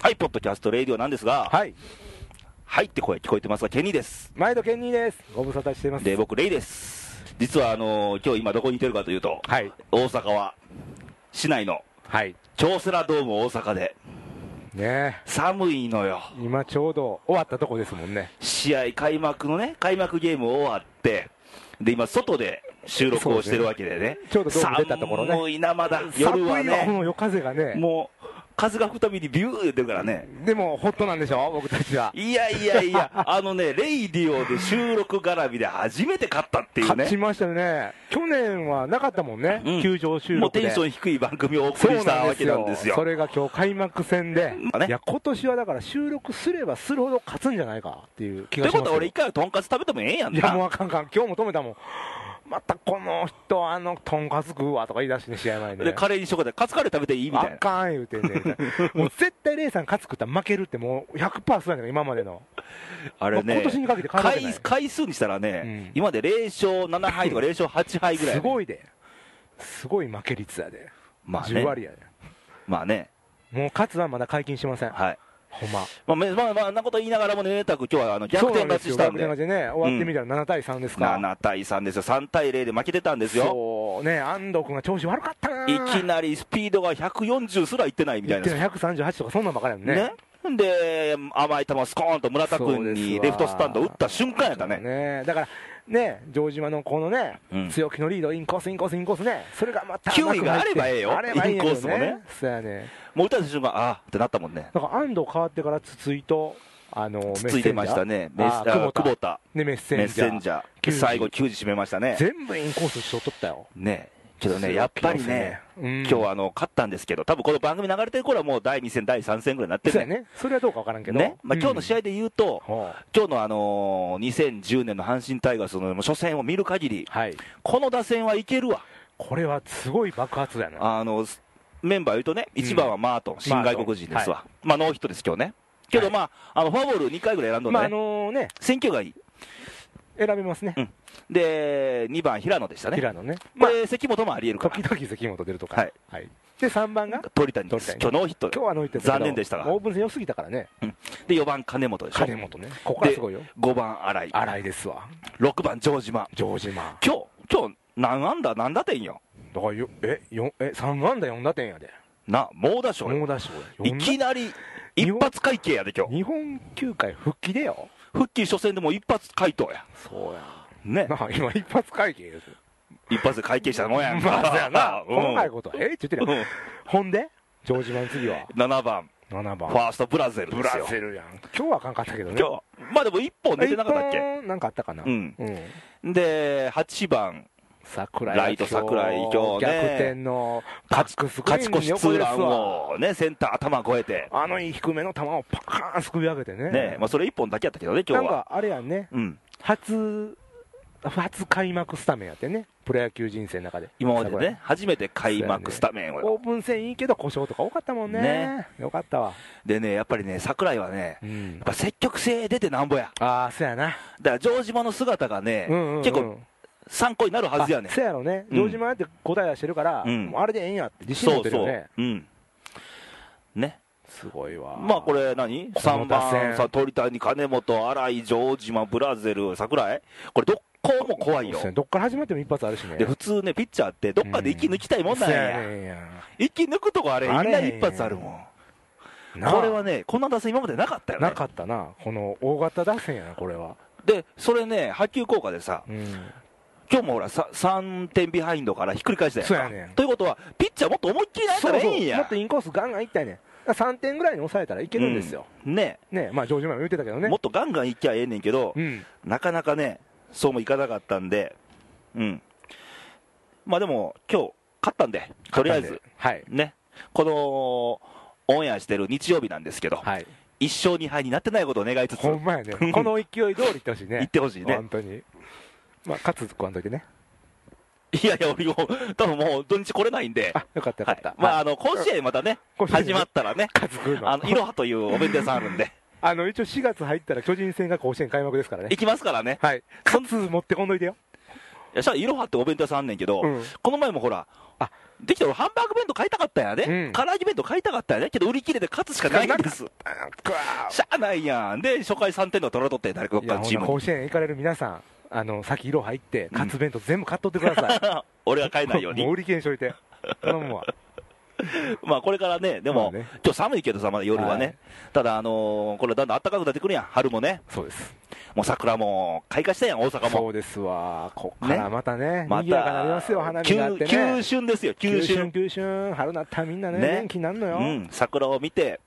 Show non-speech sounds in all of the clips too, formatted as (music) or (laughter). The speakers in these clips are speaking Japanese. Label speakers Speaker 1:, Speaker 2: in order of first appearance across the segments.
Speaker 1: はい、ポッドキャスト、レイディオなんですが、
Speaker 2: はい。
Speaker 1: はいって声聞こえてますが、ケニーです。
Speaker 2: 毎度ケンニーです。ご無沙汰しています。
Speaker 1: で、僕、レイです。実は、あのー今日今どこにいてるかというと、
Speaker 2: はい。
Speaker 1: 大阪は、市内の、
Speaker 2: はい。
Speaker 1: 京セラドーム大阪で、
Speaker 2: ね
Speaker 1: 寒いのよ。
Speaker 2: え今ちょうど終わったとこですもんね。
Speaker 1: 試合開幕のね、開幕ゲーム終わって、で、今、外で収録をしてるわけでね。
Speaker 2: そうですねちょうどドーム出たところね
Speaker 1: 寒いな、まだ。夜は
Speaker 2: 寒いのこ
Speaker 1: ね、
Speaker 2: の夜風がね。
Speaker 1: もう、風が吹くたびにビュー言ってるからね。
Speaker 2: でも、ホットなんでしょ僕たちは。
Speaker 1: いやいやいや、あのね、レイディオで収録絡みで初めて勝ったっていう
Speaker 2: 勝
Speaker 1: ね。
Speaker 2: ちましたね。去年はなかったもんね。
Speaker 1: うん
Speaker 2: 球場収
Speaker 1: もう
Speaker 2: 録で。
Speaker 1: テンション低い番組をお送り
Speaker 2: そう
Speaker 1: した
Speaker 2: な
Speaker 1: わ
Speaker 2: んです
Speaker 1: けなん
Speaker 2: よ
Speaker 1: ですよ。
Speaker 2: それが今日開幕戦で、
Speaker 1: まあね
Speaker 2: いや今年はだから収録すればするほど勝つんじゃないかっていう気
Speaker 1: という
Speaker 2: がし
Speaker 1: こ
Speaker 2: ます
Speaker 1: とは俺一回はとんかつ食べてもええやん
Speaker 2: いやもう
Speaker 1: な。
Speaker 2: あかんあかん今日も止めたもんまたこの人あのとんかつ食うわとか言い出してね試合前に、
Speaker 1: で、
Speaker 2: ね、
Speaker 1: カレーにしようかで、カツカレー食べていいみたい
Speaker 2: あ
Speaker 1: な。
Speaker 2: かん言うてんねん
Speaker 1: (laughs)
Speaker 2: もう絶対レイさん勝つ食ったら負けるってもう100%そうやねん今までの
Speaker 1: あれね
Speaker 2: 今、年にかけて変わら
Speaker 1: 回
Speaker 2: ない
Speaker 1: 回数にしたらね
Speaker 2: うん、
Speaker 1: 今まで0勝7敗とか0勝8敗ぐらい。
Speaker 2: すごいですごい負け率やで、
Speaker 1: まあ
Speaker 2: 10
Speaker 1: ね。
Speaker 2: 割やで
Speaker 1: まあね。
Speaker 2: もう勝はまだ解禁しません、
Speaker 1: はい。
Speaker 2: ほんま
Speaker 1: まあ、めまあ、まあ、あんなこと言いながらもね、ネタク、今日はあの逆転勝ちしたん
Speaker 2: そう
Speaker 1: で、
Speaker 2: なですよ逆転勝ちね終わってみたら7対3ですか、
Speaker 1: 7対3ですよ、3対0で負けてたんですよ、
Speaker 2: そうね安藤君が調子悪かったない
Speaker 1: きなりスピードが140すらいってないみたい
Speaker 2: 一
Speaker 1: な
Speaker 2: 手、の138とかそんなんばかりやんね
Speaker 1: ねで、甘い球、スコーンと村田
Speaker 2: そう
Speaker 1: 君
Speaker 2: です
Speaker 1: に
Speaker 2: わ
Speaker 1: レフトスタンド打った瞬間やったね、
Speaker 2: ねだからね城島のこのね、
Speaker 1: うん
Speaker 2: 強気のリードインコースインコースインコースねそれがまた
Speaker 1: 球威があればええよ
Speaker 2: あればいいんやけ
Speaker 1: イン
Speaker 2: ど
Speaker 1: コースもね
Speaker 2: そうやね
Speaker 1: もう打たれた瞬間、ああってなったもんね、
Speaker 2: だから安藤変わってから筒井とあの
Speaker 1: つついてましたね、メ
Speaker 2: メ
Speaker 1: ッ
Speaker 2: ッ
Speaker 1: セ
Speaker 2: センジャーあ
Speaker 1: 久
Speaker 2: ー久
Speaker 1: 保
Speaker 2: 保
Speaker 1: 田、
Speaker 2: ねメッセ
Speaker 1: メッ
Speaker 2: ンジャ
Speaker 1: セ
Speaker 2: ー
Speaker 1: ンジャー、
Speaker 2: 球児
Speaker 1: 最後、球児締めましたね。
Speaker 2: 全部インコースしとっとったよ
Speaker 1: ねけどね、やっぱりね、
Speaker 2: うん
Speaker 1: 今日はあの勝ったんですけど、多分この番組流れてる頃はもう第2戦、第3戦ぐらいになって
Speaker 2: そう
Speaker 1: る
Speaker 2: や
Speaker 1: ね、
Speaker 2: ねそれはどうかわからんけど
Speaker 1: ねまあ今日の試
Speaker 2: 合
Speaker 1: 合で言うと、
Speaker 2: は
Speaker 1: 今日のあのー2010年の阪神タイガースのもう初戦を見る限り、
Speaker 2: い
Speaker 1: この打線はいけるわ、
Speaker 2: これはすごい爆発だよね
Speaker 1: あのすメンバー言うとね、
Speaker 2: うん
Speaker 1: 1番はマートン、新外国人ですわ、まあノーヒットです、今日ね、けどまあ、あのフォアボール2回ぐらい選んどん
Speaker 2: まあ
Speaker 1: だ
Speaker 2: あ
Speaker 1: ね、
Speaker 2: のね
Speaker 1: 選球がいい、
Speaker 2: 選べますね
Speaker 1: うんで2番、平野でしたね、
Speaker 2: 平野ねまあ
Speaker 1: で関本もありえるか
Speaker 2: 時
Speaker 1: ら、
Speaker 2: 々関本出ると
Speaker 1: は
Speaker 2: か
Speaker 1: い
Speaker 2: はいで3番が
Speaker 1: 鳥谷です、
Speaker 2: 鳥
Speaker 1: 今日
Speaker 2: 谷
Speaker 1: ノーヒットで
Speaker 2: 今日は抜いてたけど
Speaker 1: 残念でしたが
Speaker 2: オープン戦良すぎたからね、
Speaker 1: で4番、金本でしょ、
Speaker 2: 金本ね、ここからすごいよ、
Speaker 1: 5番、新井、
Speaker 2: 荒いですわ、
Speaker 1: 6番、城島、
Speaker 2: 城島、
Speaker 1: 今日今日何安打、何打点よ、
Speaker 2: だからよえよえ3安打4打点やで、
Speaker 1: な、猛打賞よ
Speaker 2: 猛打賞や
Speaker 1: いきなり一発会計やで、今日
Speaker 2: 日本球界復帰でよ、
Speaker 1: 復帰初戦でもう一発回答や、
Speaker 2: そうや、
Speaker 1: ね、
Speaker 2: なあ今、一発会計ですよ、
Speaker 1: 一発で会計したもんやんか、
Speaker 2: まあ、そうやな、
Speaker 1: (laughs) うん
Speaker 2: 細かいことは、えって言ってるやん、ほんで、城島の次は
Speaker 1: 7番、
Speaker 2: 7
Speaker 1: フ
Speaker 2: 番、
Speaker 1: ァーストブラゼル
Speaker 2: ブ
Speaker 1: です
Speaker 2: ラ
Speaker 1: よ、
Speaker 2: ゼルやん、今日はあかんかったけどね、
Speaker 1: 今日まあでも1本出てなかったっ
Speaker 2: 一
Speaker 1: け、
Speaker 2: 本なんかあったかな、
Speaker 1: うん
Speaker 2: うん、
Speaker 1: で、8番、
Speaker 2: 桜井
Speaker 1: ライト桜井今日ね
Speaker 2: 逆転のバ
Speaker 1: 勝
Speaker 2: ックスクリ
Speaker 1: 勝ち越
Speaker 2: ーンに
Speaker 1: しツー
Speaker 2: 横です
Speaker 1: ラン
Speaker 2: わ。
Speaker 1: を、ね、センター頭越えて、
Speaker 2: あの低めの球をパカーンすくい上げてね、
Speaker 1: ねまあ、それ1本だけやったけどね、今
Speaker 2: な
Speaker 1: 日
Speaker 2: ん
Speaker 1: は。
Speaker 2: かあれやんね、
Speaker 1: うん、
Speaker 2: 初、初開幕スタメンやってね、プロ野球人生の中で、
Speaker 1: 今までね、初めて開幕スタメン
Speaker 2: 桜井、オ
Speaker 1: を、
Speaker 2: ープン戦いいけど、故障とか多かったもんね、
Speaker 1: ね
Speaker 2: よかったわ、
Speaker 1: でね、やっぱりね、桜井はね、やっぱ積極性出てなんぼや、
Speaker 2: ああ、そやな、
Speaker 1: だから城島の姿がね、
Speaker 2: うんうんうん
Speaker 1: 結構参考になるはずやね
Speaker 2: あそやろね、
Speaker 1: うん
Speaker 2: 城島やって答え出してるから、
Speaker 1: うん
Speaker 2: もうあれでええんやって、自信持
Speaker 1: そ
Speaker 2: っ
Speaker 1: う
Speaker 2: てる
Speaker 1: そ
Speaker 2: よ
Speaker 1: う
Speaker 2: ね、、
Speaker 1: うん、ね、
Speaker 2: すごいわ、
Speaker 1: まあこれ何、
Speaker 2: この
Speaker 1: 3
Speaker 2: 打線
Speaker 1: 番、さ鳥谷、金本、新井、城島、ブラゼル、桜井、これ、どこも怖いよ
Speaker 2: そうや、ねどっから始まっても一発あるしね、
Speaker 1: で普通ね、ピッチャーって、どっかで息抜きたいもんなん
Speaker 2: そ
Speaker 1: や、
Speaker 2: ねんや
Speaker 1: 息抜くとこあれ、みん
Speaker 2: あれ
Speaker 1: な一発あるもん、
Speaker 2: なあ
Speaker 1: これはね、こんな打線、今までなかったよ
Speaker 2: な
Speaker 1: ね、
Speaker 2: かったな、この大型打線やな、これは。
Speaker 1: で、それね、波及効果でさ、
Speaker 2: うん
Speaker 1: 今日もほら、さ3点ビハインドからひっくり返したやんか
Speaker 2: そうやねん
Speaker 1: ということは、ピッチャーもっと思いっきり投げたらええんや。
Speaker 2: もっとインコースガンガンいったいね3点ぐらいに抑えたらいけるんですよ、
Speaker 1: うんね
Speaker 2: ねまあ城島も言ってたけどね
Speaker 1: もっとガンガンいっきゃええねんけど
Speaker 2: う、ん
Speaker 1: なかなかね、そうもいかなかったんで、うん、まあでも、今日勝ったんで、とりあえず、
Speaker 2: はい
Speaker 1: ね、このオンエアしてる日曜日なんですけど、 (laughs)
Speaker 2: はい
Speaker 1: 1勝2敗になってないことを願いつつ、
Speaker 2: ほんまやねこの勢い通りいってほしいね
Speaker 1: 言ってほしいね
Speaker 2: 本、当にまあ勝つ食わんといてね
Speaker 1: いやいや、俺も、多分もう土日来れないんで、
Speaker 2: あよかったよか
Speaker 1: は
Speaker 2: った、
Speaker 1: いまあ、
Speaker 2: はい
Speaker 1: あの甲子園またね、
Speaker 2: 甲子園ね
Speaker 1: 始まった
Speaker 2: (laughs)
Speaker 1: らね、
Speaker 2: 勝つ食うの
Speaker 1: あのいろはというお弁当屋さんあるん
Speaker 2: (laughs)
Speaker 1: で、
Speaker 2: あの一応4月入ったら巨人戦が甲子園開幕ですからね
Speaker 1: 行きますからね、
Speaker 2: はい勝つ持ってこんどいてよ
Speaker 1: いやしたらいろはってお弁当屋さんあんねんけど、
Speaker 2: うん
Speaker 1: この前もほら、
Speaker 2: あ
Speaker 1: できたら俺ハンバーグ弁当買いたかったんやね、
Speaker 2: うん
Speaker 1: 唐揚げ弁当買いたかったんやねけど売り切れて勝つしかないんです
Speaker 2: なんか
Speaker 1: しゃあないやんで初回3点の取らとって誰かどっ
Speaker 2: い
Speaker 1: か
Speaker 2: や
Speaker 1: の
Speaker 2: ほん
Speaker 1: チー
Speaker 2: な
Speaker 1: ムに
Speaker 2: 甲子園行かれる皆さんあの先色入ってカツ弁当全部買っとってくださ
Speaker 1: 俺は (laughs) 買えない
Speaker 2: い、
Speaker 1: よう
Speaker 2: もう
Speaker 1: に
Speaker 2: 売り切れにしといて頼むわ
Speaker 1: まあこれからね (laughs) で
Speaker 2: ま
Speaker 1: も、
Speaker 2: あね
Speaker 1: 今日寒いけどさまだ夜はね、
Speaker 2: はい
Speaker 1: ただあのーこれだんだん暖かくなってくるやん春もね
Speaker 2: そうです
Speaker 1: もう桜も開花したやん大阪も
Speaker 2: そうですわこっから
Speaker 1: ね
Speaker 2: またね
Speaker 1: ま
Speaker 2: 賑やかになりますよ花見があってね
Speaker 1: 急急春ですよ急春
Speaker 2: 急春春なったらみんなね
Speaker 1: ね
Speaker 2: 元気になるのよ、
Speaker 1: うん、桜を見て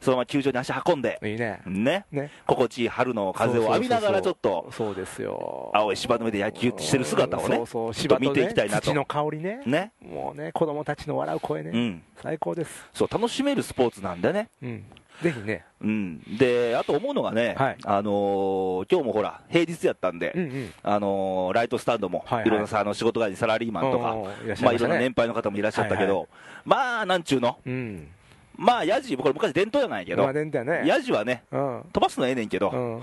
Speaker 1: そのまま球場に足運んで
Speaker 2: いいね
Speaker 1: ね
Speaker 2: ね
Speaker 1: 心地いい春の風を浴びながらちょっと
Speaker 2: そうですよ
Speaker 1: 青い芝の上で野球してる姿をね
Speaker 2: そうそう
Speaker 1: ちょっと見ていきたいなと
Speaker 2: 芝ね土の香りね
Speaker 1: ね
Speaker 2: もうね子供たちの笑う声ね、
Speaker 1: うん
Speaker 2: 最高です、
Speaker 1: そう楽しめるスポーツなんだね
Speaker 2: うん、ぜひね
Speaker 1: うんであと思うのがね、
Speaker 2: はい
Speaker 1: あのー今日もほら平日やったんで、
Speaker 2: うんうん
Speaker 1: あのーライトスタンドも、
Speaker 2: は
Speaker 1: い
Speaker 2: いはい
Speaker 1: ろんなさあの仕事帰りにサラリーマンとか、
Speaker 2: おーいらっし
Speaker 1: ま
Speaker 2: ゃ
Speaker 1: あ、
Speaker 2: い
Speaker 1: い
Speaker 2: ま
Speaker 1: ろ
Speaker 2: した
Speaker 1: んな
Speaker 2: ね
Speaker 1: 年配の方もいらっしゃったけど、
Speaker 2: は
Speaker 1: まあ、なんちゅうの、
Speaker 2: うん
Speaker 1: まあ、やじ、これ、昔、伝統じゃないけど
Speaker 2: まあ、伝統やね
Speaker 1: やじはね、
Speaker 2: うん
Speaker 1: 飛ばすのはええねんけど、
Speaker 2: うん、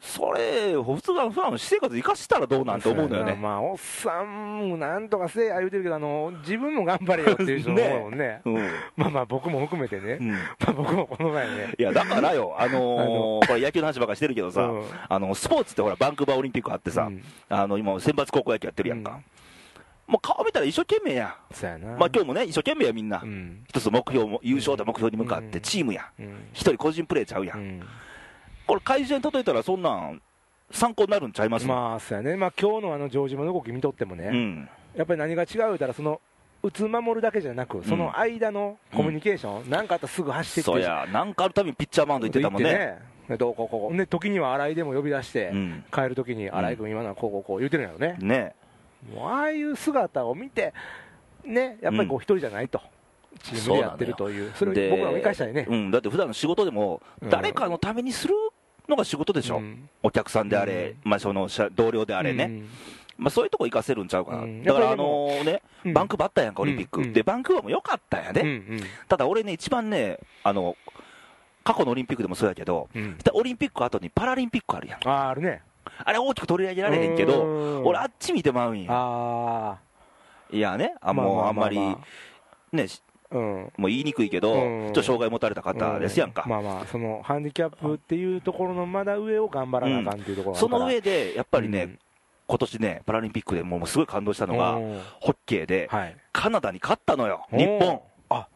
Speaker 1: それ、普通は普段の私生活生かしたらどうなんて思うのよね。
Speaker 2: まあ、おっさんもなんとかせえや言うてるけど、あの自分も頑張れよっていう人も多いもんね、
Speaker 1: うん
Speaker 2: まあまあ、僕も含めてね、
Speaker 1: うん
Speaker 2: まあ、僕もこの前
Speaker 1: (laughs)
Speaker 2: ね、
Speaker 1: いやだから
Speaker 2: (laughs)
Speaker 1: よ、あ
Speaker 2: あ
Speaker 1: のーこれ野球の話ばっかりしてるけどさ、
Speaker 2: うん
Speaker 1: あのスポーツってほら、バンクーバーオリンピックあってさ、
Speaker 2: うん
Speaker 1: あの今、選抜高校野球やってるやんか、もう顔見たら一生懸命や、
Speaker 2: そうやな、
Speaker 1: まあ今日もね、一生懸命や、みんな、
Speaker 2: うん、
Speaker 1: 一つ目標も、優勝だ目標に向かって、チームや、
Speaker 2: うん、
Speaker 1: 一人個人プレーちゃうや、
Speaker 2: うんん、
Speaker 1: これ、会場に届いたら、そんなん、参考になるんちゃいます
Speaker 2: まあ、そうやね、まあ今日のあの城島の動き見とってもね、
Speaker 1: うん、
Speaker 2: やっぱり何が違う言うたら、その打つ守るだけじゃなく、その間のコミュニケーション、なんかあったらすぐ走ってきて、
Speaker 1: そうや、なんかあるたびにピッチャーマウンド行ってたもんね、
Speaker 2: ねどうこうこう、ね、時には新井でも呼び出して、
Speaker 1: うん
Speaker 2: 帰る時に、新井君、今のはこうこうこう言うてるんやろね、
Speaker 1: ね
Speaker 2: もうああいう姿を見て、ね、やっぱりこう
Speaker 1: う
Speaker 2: 一人じゃないと、チームでやってるという、それを僕らも生かしたいね。
Speaker 1: うん、だって普段の仕事でも、
Speaker 2: うん
Speaker 1: 誰かのためにするのが仕事でしょ、
Speaker 2: うん
Speaker 1: お客さんであれ、まあ、その社同僚であれね、まあ、そういうとこ行かせるんちゃうかな、
Speaker 2: うん
Speaker 1: だから、
Speaker 2: や
Speaker 1: あ
Speaker 2: っぱりで
Speaker 1: の
Speaker 2: も
Speaker 1: ね
Speaker 2: うん
Speaker 1: バンクーバーあったやんか、オリンピック、
Speaker 2: うんうん
Speaker 1: でバンクーバーも良かったんやね、
Speaker 2: うん、うん
Speaker 1: ただ俺ね、一番ねあの、過去のオリンピックでもそうやけど、
Speaker 2: うん
Speaker 1: オリンピック後にパラリンピックあるやん、
Speaker 2: あーあるね、
Speaker 1: あれ大きく取り上げられへんけ
Speaker 2: う
Speaker 1: ど、
Speaker 2: ん
Speaker 1: 俺、あっち見てまうんや、
Speaker 2: あ
Speaker 1: いやね、
Speaker 2: あ、
Speaker 1: あもうあんまり、ね、し
Speaker 2: うん、
Speaker 1: もう言いにくいけど、
Speaker 2: うん
Speaker 1: ちょっと障害持たれた方ですやんか。
Speaker 2: まあまあ、そのハンディキャップっていうところのまだ上を頑張らなあかんっていうところがあ
Speaker 1: そ
Speaker 2: るから
Speaker 1: の上で、やっぱりね、
Speaker 2: うん
Speaker 1: 今年ね、パラリンピックでもうすごい感動したのが
Speaker 2: う、ん
Speaker 1: ホッケーで、
Speaker 2: はい、
Speaker 1: カナダに勝ったのよ、日本
Speaker 2: お。ーあ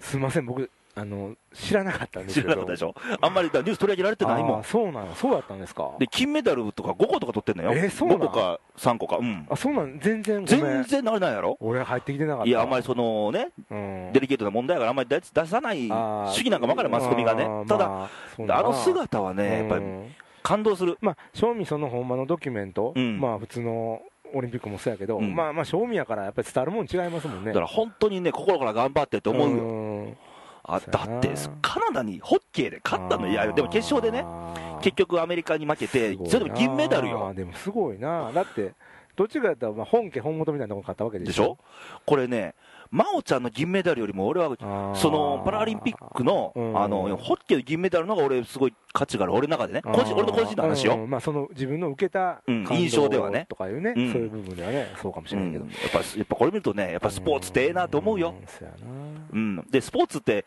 Speaker 2: すみません、僕あの、知らなかったんです
Speaker 1: 知
Speaker 2: けど、
Speaker 1: らなかったでしょ、あんまりだニュース取り上げられてないも
Speaker 2: あー
Speaker 1: ん、
Speaker 2: そうなの、そうだったんですか、
Speaker 1: で金メダルとか5個とか取ってんのよ、
Speaker 2: えーそうなん
Speaker 1: 5個か3個か、うん、
Speaker 2: あそうなの、全然ごめん、
Speaker 1: 全然なれないやろ、
Speaker 2: 俺、入ってきてなかった、
Speaker 1: いや、あんまりそのね、
Speaker 2: うん
Speaker 1: デリケートな問題やから、あんまり出出さない主
Speaker 2: あー
Speaker 1: 義なんかばかり、マスコミがね
Speaker 2: あー、
Speaker 1: ただ、
Speaker 2: まあそうだな
Speaker 1: あの姿はね、やっぱり
Speaker 2: うん
Speaker 1: 感動する、
Speaker 2: まあ、正味そのほんまのドキュメント、
Speaker 1: うん
Speaker 2: まあ、普通のオリンピックもそうやけど、
Speaker 1: うん
Speaker 2: まあまあ、正味やから、やっぱり伝わるもん違いますもんね。
Speaker 1: だから本当にね、心から頑張ってと思うよ。
Speaker 2: よ、
Speaker 1: あ
Speaker 2: そう
Speaker 1: だ
Speaker 2: やな
Speaker 1: って、カナダにホッケーで勝ったの、いや、でも決勝でね、結局アメリカに負けて、
Speaker 2: すごいな
Speaker 1: それでも銀メダルよ、
Speaker 2: でもすごいな、だって、どっちかやったら、まあ、本家、本元みたいなとこ買ったわけで
Speaker 1: で
Speaker 2: し
Speaker 1: しょ
Speaker 2: ょ、、
Speaker 1: これね、真央ちゃんの銀メダルよりも、俺は
Speaker 2: あー
Speaker 1: そのパラリンピックの
Speaker 2: うん
Speaker 1: あのホッケーの銀メダルの方が俺、すごい価値がある、俺の中でね、個人俺の個人の話
Speaker 2: う
Speaker 1: よ、
Speaker 2: んまあ、その自分の受けた
Speaker 1: うん
Speaker 2: 感動
Speaker 1: 印象ではね
Speaker 2: とかいうね、
Speaker 1: うん
Speaker 2: そういう部分ではね、そうかもし
Speaker 1: う
Speaker 2: れない
Speaker 1: ん
Speaker 2: け
Speaker 1: や
Speaker 2: ど、
Speaker 1: っぱやっぱこれ見るとね、やっぱスポーツってええなと思うよ、
Speaker 2: んそやな
Speaker 1: うん、でスポーツって、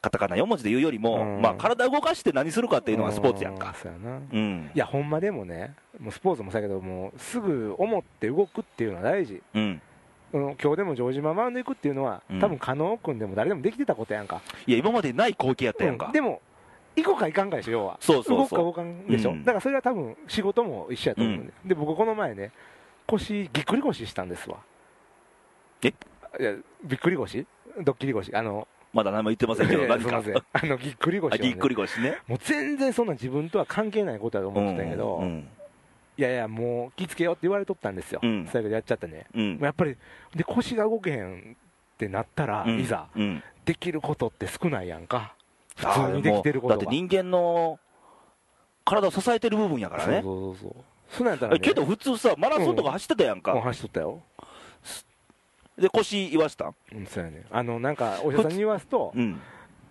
Speaker 1: カタカナ4文字で言うよりも、
Speaker 2: うん
Speaker 1: まあ、体動かして何するかっていうのがスポーツやんか
Speaker 2: う。そうやな
Speaker 1: うん
Speaker 2: いやほんまでもねもうスポーツもそうやけどもうすぐ思って動くっていうのは大事
Speaker 1: うん、
Speaker 2: あの今日でも城島マウンド行くっていうのは、
Speaker 1: うん
Speaker 2: 多分加納君でも誰でもできてたことやんか
Speaker 1: いや今までにない光景やったやんか、
Speaker 2: うんでも行こうか行かんかでしょ要は
Speaker 1: そうそうそう
Speaker 2: 動くか動かんでしょ、
Speaker 1: うん
Speaker 2: だからそれは多分仕事も一緒やと思うんで、で僕この前ね腰ぎっくり腰したんですわ
Speaker 1: え
Speaker 2: いやびっくり腰ドッキリ腰あの
Speaker 1: まだ何も言ってませんけど、
Speaker 2: いやいや
Speaker 1: 何
Speaker 2: すいま
Speaker 1: か
Speaker 2: せ
Speaker 1: (laughs)
Speaker 2: んあのぎっくり腰
Speaker 1: あ
Speaker 2: はね
Speaker 1: ぎっくり腰ね。
Speaker 2: もう全然そんな自分とは関係ないことだと思ってたんやけど、
Speaker 1: うん
Speaker 2: いやいや、もう気付けよって言われとったんですよ、
Speaker 1: うん
Speaker 2: 最後やっちゃったね、
Speaker 1: うんうん
Speaker 2: やっぱりで腰が動けへんってなったら、
Speaker 1: うん
Speaker 2: いざ、
Speaker 1: うん
Speaker 2: できることって少ないやんか、
Speaker 1: あー
Speaker 2: 普通にできてるこ
Speaker 1: も
Speaker 2: と
Speaker 1: うだっ
Speaker 2: が。
Speaker 1: て人間の体を支えてる部分やからね
Speaker 2: そうそうそうそう、そうなんやったら、ね、
Speaker 1: けど普通さマラソンとか走ってたやん
Speaker 2: もう
Speaker 1: か、
Speaker 2: 走っとったよ、
Speaker 1: で腰言わしたん
Speaker 2: うん、そうやね、あのなんかお医者さんに言わすと、
Speaker 1: うん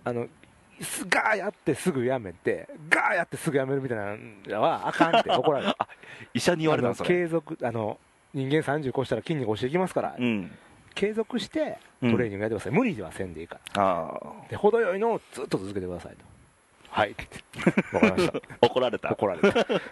Speaker 2: あのすガーやってすぐやめて、ガーやってすぐやめるみたいなのはあ
Speaker 1: (laughs)
Speaker 2: かんって怒られる
Speaker 1: 医者に言われたんそ
Speaker 2: あの
Speaker 1: れ
Speaker 2: 継続あの人間30越したら筋肉落ちていきますから、
Speaker 1: うん
Speaker 2: 継続してトレーニングやってください、無理ではせんでいいから
Speaker 1: あ
Speaker 2: で程よいのをずっと続けてくださいとはい
Speaker 1: (laughs)
Speaker 2: って言ってわかりまし
Speaker 1: あ、怒られ
Speaker 2: た
Speaker 1: た。
Speaker 2: 怒られた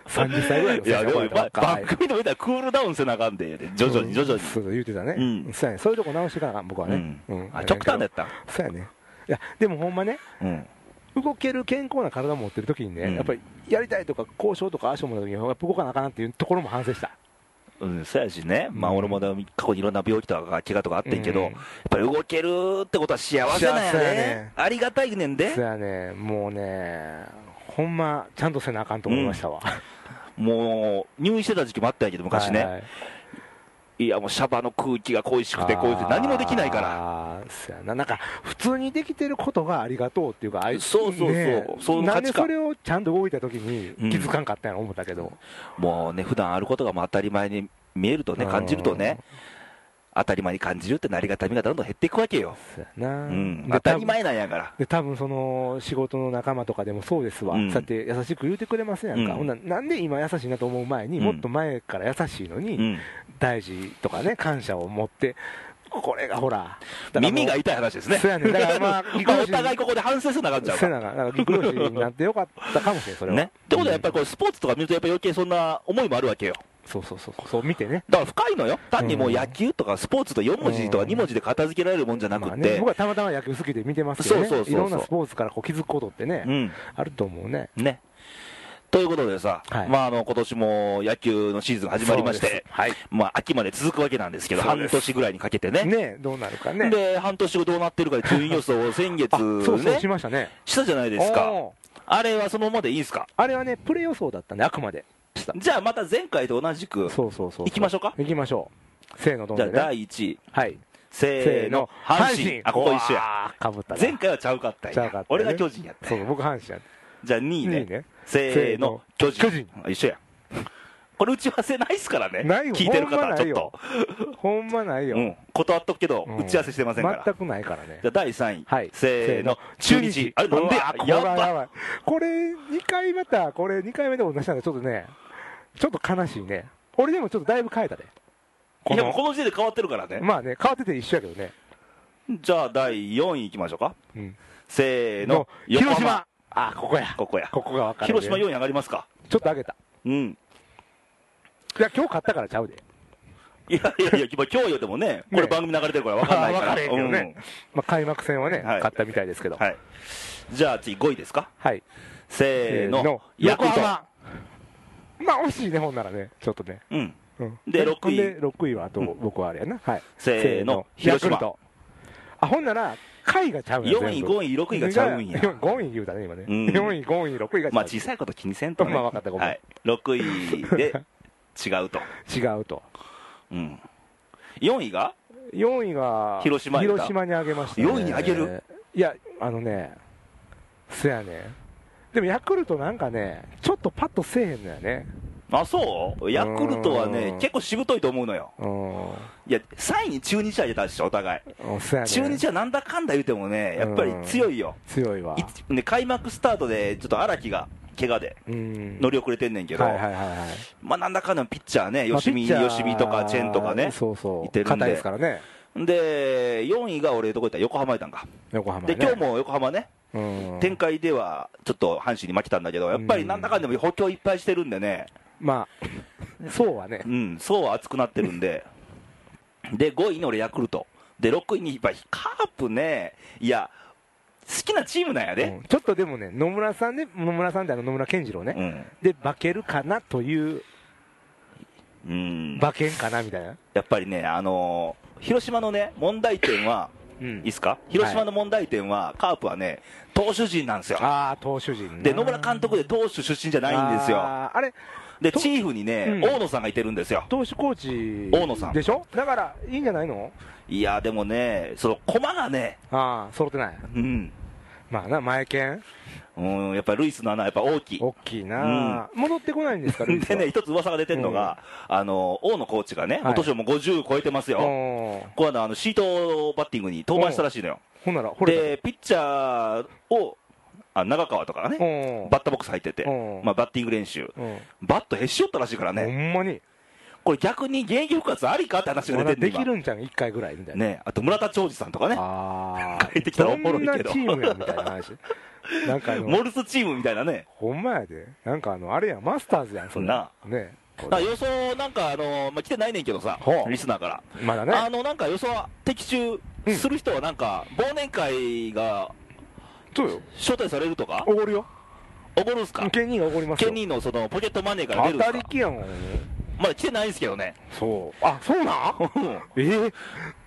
Speaker 2: 30歳ぐ (laughs) らいの
Speaker 1: いや、
Speaker 2: に
Speaker 1: でも
Speaker 2: 怒られたばっ
Speaker 1: ば、
Speaker 2: か
Speaker 1: バックミド見たらクールダウンせなあかんで、徐々に徐々に。
Speaker 2: そうそう言うてたね、
Speaker 1: うん
Speaker 2: そうやねそういうとこ直していかなあかん僕は
Speaker 1: う
Speaker 2: ね
Speaker 1: ん、
Speaker 2: うん
Speaker 1: あ、極端だった。
Speaker 2: そうやねいやでもほんまね
Speaker 1: うん。
Speaker 2: 動ける健康な体を持ってる時にね、
Speaker 1: うん
Speaker 2: やっぱりやりたいとか交渉とかああしようもない時にやっぱ動かなあかんなっていうところも反省した
Speaker 1: うん、そうやしね、まあ、
Speaker 2: うん
Speaker 1: 俺もね過去にいろんな病気とか怪我とかあってんけど、
Speaker 2: うん
Speaker 1: やっぱり動けるってことは幸せなんや
Speaker 2: 幸せ
Speaker 1: ね
Speaker 2: やね
Speaker 1: ありがたいねんで
Speaker 2: そうやねもうねほんまちゃんとせなあかんと思いましたわ、
Speaker 1: もう入院してた時期もあったんやけど昔ね、
Speaker 2: はいはい
Speaker 1: い、やもうシャバの空気が恋しくて恋しくて何もできないから
Speaker 2: あーそうやななんか普通にできてることがありがとうっていうかあい
Speaker 1: そうそうそうそういう価値観
Speaker 2: なんでそれをちゃんと動いた時に気づかんかったんやろ思ったけど、
Speaker 1: もうね普段あることがもう当たり前に見えるとね感じるとね当たり前に感じるってなりがたみがどんどん減っていくわけよ、
Speaker 2: そうやな、
Speaker 1: うん、
Speaker 2: で
Speaker 1: 当たり前なんやから
Speaker 2: で多分その仕事の仲間とかでもそうですわ、
Speaker 1: うん
Speaker 2: さて優しく言うてくれますやんか、
Speaker 1: うん
Speaker 2: ほんならなんで今優しいなと思う前に、
Speaker 1: うん
Speaker 2: もっと前から優しいのに、
Speaker 1: うん、
Speaker 2: 大事とかね感謝を持ってこれがほらだからもう
Speaker 1: 耳が痛い話ですね
Speaker 2: そうやねだか
Speaker 1: (laughs)
Speaker 2: らまあ
Speaker 1: まあお互いここで反省するなあかんちゃう
Speaker 2: せ
Speaker 1: か
Speaker 2: ながなんかぎっくり腰になってよかったかもしれんそれは、
Speaker 1: ね、ってことはやっぱりこうスポーツとか見るとやっぱ余計そんな思いもあるわけよ
Speaker 2: そうそうそうそうそう見てね
Speaker 1: だから深いのよ単にもう野球とかスポーツと4文字とか
Speaker 2: うん
Speaker 1: 2文字で片付けられるもんじゃなく
Speaker 2: まあ
Speaker 1: て、
Speaker 2: ね、僕はたまたま野球好きで見てますけどね
Speaker 1: そうそうそうそう
Speaker 2: いろんなスポーツからこう気づくことってね、あると思うね
Speaker 1: うんねということでさ、
Speaker 2: はい
Speaker 1: まあ、あの今年も野球のシーズンが始まりまし
Speaker 2: そうで
Speaker 1: て
Speaker 2: す、はい
Speaker 1: まあ、秋まで続くわけなんですけど、
Speaker 2: そう
Speaker 1: 半
Speaker 2: です
Speaker 1: 年ぐらいにかけてね、
Speaker 2: ねどうなるかね
Speaker 1: で半年後どうなってるかで順位予想を先月、
Speaker 2: (laughs) あ
Speaker 1: ね、
Speaker 2: そうそうしましたね
Speaker 1: したじゃないですか、
Speaker 2: おー
Speaker 1: あれはそのままでいいですか、
Speaker 2: あれはねプレー予想だったねあくまでした
Speaker 1: じゃあまた前回と同じく、
Speaker 2: そうそうそう
Speaker 1: 行きましょうか
Speaker 2: 行きましょうせーのどん
Speaker 1: じ
Speaker 2: で
Speaker 1: ゃあ
Speaker 2: ね
Speaker 1: 第1位、
Speaker 2: はい
Speaker 1: せーの、阪神、あここ一緒や。
Speaker 2: かぶったな
Speaker 1: 前回はちゃうかったん
Speaker 2: ちゃ
Speaker 1: や
Speaker 2: うかったね
Speaker 1: 俺が巨人やったん
Speaker 2: そ
Speaker 1: や
Speaker 2: う僕阪神やっ
Speaker 1: じゃあ2位ね
Speaker 2: 二位ね
Speaker 1: せーの
Speaker 2: せー
Speaker 1: 巨人
Speaker 2: の巨人
Speaker 1: 一緒やこれ打ち合わせないっすからね
Speaker 2: ないよ
Speaker 1: 聞いてる
Speaker 2: ほん
Speaker 1: 方
Speaker 2: ま
Speaker 1: ち
Speaker 2: な
Speaker 1: ょ
Speaker 2: い
Speaker 1: っと
Speaker 2: よ、たほんまないよ、
Speaker 1: うん、断っとくけど、
Speaker 2: うん
Speaker 1: 打ち合わせしてませんからじ
Speaker 2: 全くないからね
Speaker 1: ゃあ第3位、
Speaker 2: はい、
Speaker 1: せーの中日あれなんでや
Speaker 2: これ
Speaker 1: や
Speaker 2: は
Speaker 1: ば
Speaker 2: やばいこれ2回またこれ2回目で同じなんでちょっとねちょっと悲しいね俺でもちょっとだいぶ変えたで
Speaker 1: いやもうこの時点で変わってるからね、
Speaker 2: まあね変わってて一緒やけどね、
Speaker 1: じゃあ第4位いきましょうか
Speaker 2: うん、
Speaker 1: せーの
Speaker 2: の広
Speaker 1: 横
Speaker 2: 島
Speaker 1: 浜
Speaker 2: あここや
Speaker 1: ここや
Speaker 2: ここが分かるね
Speaker 1: 広島4位上がりますか
Speaker 2: ちょっと上げた
Speaker 1: うん
Speaker 2: いや今日勝ったからちゃうで
Speaker 1: いやいやいや今日よでもねこれ番組流れてるから分かんないから
Speaker 2: あー分からへんけどねまあ、開幕戦はね、
Speaker 1: はい
Speaker 2: 勝ったみたいですけど、
Speaker 1: うんはいじゃあ次5位ですか
Speaker 2: はい、
Speaker 1: せーの、ヤク
Speaker 2: 横
Speaker 1: ルト
Speaker 2: 浜、まあ惜しいね、ほんならね、ちょっとね、
Speaker 1: うん、
Speaker 2: うん
Speaker 1: で6位
Speaker 2: で6位はあと、
Speaker 1: うん
Speaker 2: 僕はあれやな、はい、
Speaker 1: せーの
Speaker 2: ヤ
Speaker 1: 広
Speaker 2: ク
Speaker 1: 島
Speaker 2: ルト、あほんなら、下位がちゃうんや、
Speaker 1: 4位、
Speaker 2: 全部
Speaker 1: 5位、6位がちゃうんや、
Speaker 2: 4 5位言うたね、今ね、
Speaker 1: うん
Speaker 2: 4位、5位、6位がちゃう、
Speaker 1: まあ小さいこと気にせんとね、
Speaker 2: まあわかったごめん
Speaker 1: はい、6位で違う
Speaker 2: (laughs)
Speaker 1: と、
Speaker 2: 違うと、
Speaker 1: うん、4位が、
Speaker 2: 4位が
Speaker 1: 広島やった
Speaker 2: 広島にあげました、ね、
Speaker 1: 4位にあげる
Speaker 2: いや、あのね、そやね、でもヤクルトなんかね、ちょっとパッとせえへんのやね。
Speaker 1: あそう、ヤクルトは
Speaker 2: う
Speaker 1: ね
Speaker 2: ん、
Speaker 1: 結構しぶといと思うのよ、
Speaker 2: うん
Speaker 1: いや、3位に中日は出たでしょ、お互い、
Speaker 2: うんそうやね
Speaker 1: 中日はなんだかんだ言うてもね、やっぱり強いよ、
Speaker 2: 強いわ
Speaker 1: いね、開幕スタートでちょっと荒木が怪我で
Speaker 2: うん
Speaker 1: 乗り遅れてんねんけど、
Speaker 2: はいはいはいはい
Speaker 1: まあなんだかんだピッチャーね、
Speaker 2: まあ
Speaker 1: 吉見、
Speaker 2: ピッチャー
Speaker 1: 吉見とかチェンとかね。
Speaker 2: そうそ
Speaker 1: いうてるんで
Speaker 2: 硬いですからね
Speaker 1: で、4位が俺、どこ行った横浜行ったんか。
Speaker 2: 横浜
Speaker 1: で、
Speaker 2: ね
Speaker 1: 今日も横浜ね、
Speaker 2: うん
Speaker 1: 展開ではちょっと阪神に負けたんだけど、やっぱりなんだかんだでも補強いっぱいしてるんでね、
Speaker 2: まあそうはね
Speaker 1: うん、そうは熱くなってるんで、で5位に俺、ヤクルト、で6位にやっぱりカープね、いや、好きなチームなんや
Speaker 2: う
Speaker 1: で、
Speaker 2: んちょっとでもね野村さんで野村さんであの野村健次郎
Speaker 1: う
Speaker 2: ね
Speaker 1: ん、
Speaker 2: で化けるかなという
Speaker 1: うん、
Speaker 2: 馬券かなみたいな
Speaker 1: やっぱりね、あのー広島のね、問題点は、
Speaker 2: う
Speaker 1: い
Speaker 2: ん
Speaker 1: いっすか、広島の問題点は、カープはね、投手陣なんですよ。
Speaker 2: ああ投手陣な
Speaker 1: で野村監督で投手出身じゃないんですよ、
Speaker 2: あーあれ
Speaker 1: で
Speaker 2: と
Speaker 1: チーフにね、
Speaker 2: うん
Speaker 1: 大野さんがいてるんですよ、
Speaker 2: 投手コーチ
Speaker 1: 大野さん
Speaker 2: でしょだからいいんじゃないの
Speaker 1: いや、でもね、その駒がね、
Speaker 2: ああ揃ってない
Speaker 1: うん、
Speaker 2: まあな前剣
Speaker 1: うん、やっぱりルイスの穴はやっぱ大きい。
Speaker 2: 大きいな戻ってこないんです
Speaker 1: (laughs)
Speaker 2: から
Speaker 1: でね、一つ噂が出てるのが、あの大野コーチがね、
Speaker 2: い
Speaker 1: お年をもう50超えてますよ、この間あのシートバッティングに登板したらしいのよ、
Speaker 2: ほんなら、ほれ
Speaker 1: でピッチャーをあ長川とかが
Speaker 2: た。う
Speaker 1: ね、
Speaker 2: ん
Speaker 1: バッターボックス入ってて
Speaker 2: う、ん
Speaker 1: まあ、バッティング練習、
Speaker 2: うん
Speaker 1: バットへし折ったらしいから
Speaker 2: ほ
Speaker 1: ね、
Speaker 2: んまに。
Speaker 1: これ逆に現役復活ありかって話が
Speaker 2: ま
Speaker 1: 出
Speaker 2: だ
Speaker 1: て
Speaker 2: で
Speaker 1: んね
Speaker 2: き
Speaker 1: ん今
Speaker 2: るんちゃうん一回ぐらいみたいな、
Speaker 1: ねあと村田兆治さんとかね
Speaker 2: ああ
Speaker 1: 帰ってきたらおもろいけど
Speaker 2: チームやみたいな話なんかあの
Speaker 1: モルスチームみたいなね
Speaker 2: ほんまやでなんかあのあれやんマスターズやんそれ
Speaker 1: な
Speaker 2: ね
Speaker 1: なんか予想なんかあの、まあ、来てないねんけどさ
Speaker 2: ほう
Speaker 1: リスナーから
Speaker 2: まだね
Speaker 1: あのなんか予想は的中する人はなんか、忘年会が
Speaker 2: そうよ
Speaker 1: 招待されるとか
Speaker 2: おごるよ
Speaker 1: おごるんすか
Speaker 2: ケニーがおごりますよ
Speaker 1: ケニーのそのポケットマネーから出る
Speaker 2: 当
Speaker 1: んす
Speaker 2: た
Speaker 1: か
Speaker 2: りきやん
Speaker 1: まだ来てないんですけどね
Speaker 2: そうあそうなん
Speaker 1: うん
Speaker 2: えー、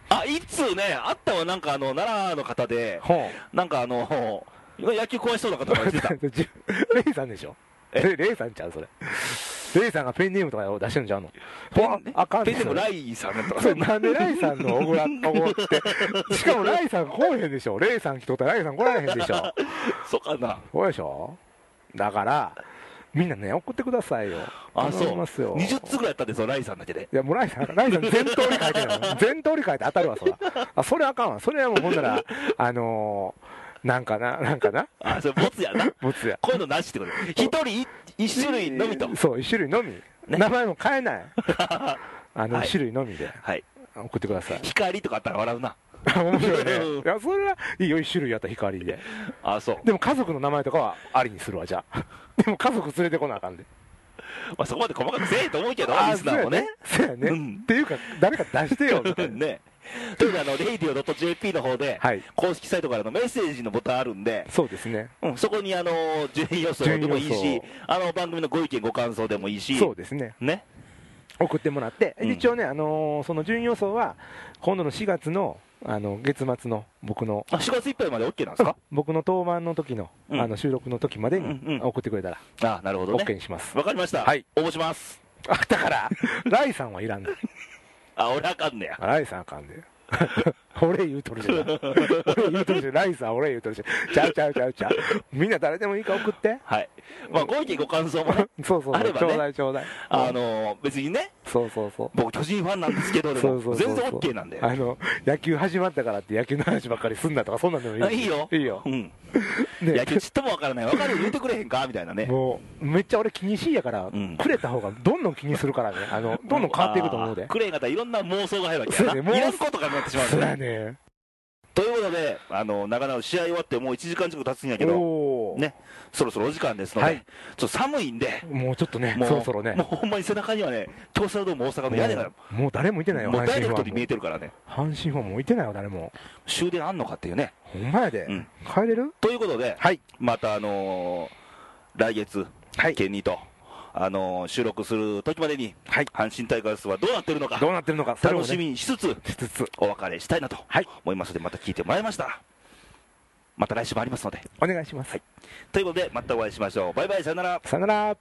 Speaker 1: あ一通ねあったわなんかあの奈良の方で
Speaker 2: ほ
Speaker 1: なんかあの (laughs) 野球壊しそうな方が言
Speaker 2: (laughs)
Speaker 1: ってた
Speaker 2: うじゅレイさんでしょ
Speaker 1: え
Speaker 2: レイレイさんちゃうそれレイさんがペンネームとかを出してるんちゃうの
Speaker 1: ン
Speaker 2: あかん
Speaker 1: ペンネーム
Speaker 2: イ
Speaker 1: ライさんとか
Speaker 2: それなんでライさんのおごら、おごって。しかもライさん来おへんでしょ。レイさん来とったらライさん来られへんでしょ。
Speaker 1: そうかな
Speaker 2: そうでしょだから、みんなね、送ってくださいよ。
Speaker 1: あそう
Speaker 2: 頼みますよ
Speaker 1: 20通ぐらいやったんですよライさんだけで
Speaker 2: いや、もうライさん、ライさん全通り書いてる
Speaker 1: (laughs)
Speaker 2: の。全通り書いて当たるわ、そら。あ、それあかんわ。それはもうほん
Speaker 1: (laughs)
Speaker 2: なら、あのー、なんかな、なんかな、
Speaker 1: あそれボツや
Speaker 2: (laughs)
Speaker 1: な
Speaker 2: ブツや。
Speaker 1: こういうのなしってこと一人い一種類のみと
Speaker 2: そう、一種類のみ。
Speaker 1: ね
Speaker 2: 名前も変え
Speaker 1: (laughs)
Speaker 2: ない。あの、
Speaker 1: はい
Speaker 2: 一種類のみで
Speaker 1: はい。
Speaker 2: 送ってください (laughs)
Speaker 1: 光とかあったら笑うな
Speaker 2: 面白いね。いや、それはいいよ、一種類やったら光で。
Speaker 1: あそう、
Speaker 2: でも家族の名前とかはありにするわ、じゃあ。でも家族連れてこなあかんで。
Speaker 1: まあ、そこまで細かくせえと思うけど
Speaker 2: (laughs) あ
Speaker 1: リスナーもね
Speaker 2: そうやね。そうや
Speaker 1: うん
Speaker 2: ねっていうか、誰か出してよ、みたいな。
Speaker 1: (laughs) ねということであのレイディオ .jp の方で、
Speaker 2: はい
Speaker 1: 公式サイトからのメッセージのボタンあるんで
Speaker 2: そうですね。
Speaker 1: うん、そこにあの順位予想でもいい
Speaker 2: 順位
Speaker 1: し
Speaker 2: 予想、
Speaker 1: あの番組のご意見、ご感想でもいいし、
Speaker 2: そうですね。
Speaker 1: ね、
Speaker 2: 送ってもらって、
Speaker 1: うん
Speaker 2: 一応ね、あのーその順位予想は、今度の4月の、あの、月末の僕の、
Speaker 1: あ4月いっぱいまで OK なんですか、
Speaker 2: 僕の当番の時の、
Speaker 1: うん
Speaker 2: あの、収録の時までに
Speaker 1: うんうん
Speaker 2: 送ってくれたら、
Speaker 1: あなるほどね、
Speaker 2: OK にします。
Speaker 1: わかりました、
Speaker 2: はい
Speaker 1: 応募します、
Speaker 2: あ、
Speaker 1: (laughs)
Speaker 2: だから、ライさんはいらんの。
Speaker 1: あ俺あかんねや、
Speaker 2: ライさんあかんで。 (laughs) 俺言うとるじゃん。俺言うとるじゃん。ライさん俺言うとるじゃん。ちゃうちゃうちゃうちゃう。みんな誰でもいいから送って。
Speaker 1: はいまあ、ご意見、ご感想もね、
Speaker 2: そうそうそう、
Speaker 1: あれば
Speaker 2: ち
Speaker 1: ね
Speaker 2: ょうだいちょうだい。
Speaker 1: あの別にね、
Speaker 2: そうそうそう。
Speaker 1: 僕、巨人ファンなんですけど、で
Speaker 2: そうそう
Speaker 1: も
Speaker 2: そうそう
Speaker 1: 全然 OK なんだよ、
Speaker 2: あの、野球始まったからって野球の話ばっかりすんなとか、そんなんでもいい
Speaker 1: あいいよ、
Speaker 2: いいよ
Speaker 1: う。ん、
Speaker 2: ね
Speaker 1: 野球ちっともわからない、わかるよ言うてくれへんかみたいなね、
Speaker 2: もう、めっちゃ俺気にしいやから、
Speaker 1: うん
Speaker 2: くれた方がどんどん気にするからね。あの、どんどん変わっていくと思う
Speaker 1: あ
Speaker 2: で
Speaker 1: ー。クレイ方、いろんな妄想が入るわけや
Speaker 2: そう
Speaker 1: な、
Speaker 2: やね妄想
Speaker 1: いろんなことがなってしまうんだ
Speaker 2: そ
Speaker 1: よね
Speaker 2: やね。
Speaker 1: ということで、あのなかなか試合終わってもう1時間近く経つんやけど、
Speaker 2: おー
Speaker 1: ね、そろそろお時間ですので、
Speaker 2: はい
Speaker 1: ちょっと寒いんで、
Speaker 2: もうちょっとね、
Speaker 1: もう
Speaker 2: そろそろね
Speaker 1: も。うほんまに背中にはね、京セラドーム大阪の屋根が、
Speaker 2: もう誰もいてないよ、
Speaker 1: もう
Speaker 2: 阪
Speaker 1: ダイ
Speaker 2: 神
Speaker 1: レ
Speaker 2: フ
Speaker 1: クト
Speaker 2: ァン
Speaker 1: に見
Speaker 2: も
Speaker 1: え。てるからね、
Speaker 2: 阪神ファンもいてないよ、誰も。
Speaker 1: 終電あんのかっていうね。
Speaker 2: ほんまやで
Speaker 1: うん。
Speaker 2: 帰れる
Speaker 1: ということで、
Speaker 2: はい。
Speaker 1: また、あのー来月、
Speaker 2: はい
Speaker 1: 県にと、あのー収録する時までに、
Speaker 2: はい
Speaker 1: 阪神タイガースはどうなってるのか、
Speaker 2: どうなってるのか、それを
Speaker 1: 楽
Speaker 2: ね
Speaker 1: しみにしつつ、
Speaker 2: しつつ、
Speaker 1: お別れしたいなと
Speaker 2: はい
Speaker 1: 思いますので、また聞いてもらいました。また来週もありますので。
Speaker 2: お願いします。
Speaker 1: ということで、またお会いしましょう。バイバイ、さよなら。
Speaker 2: さよなら。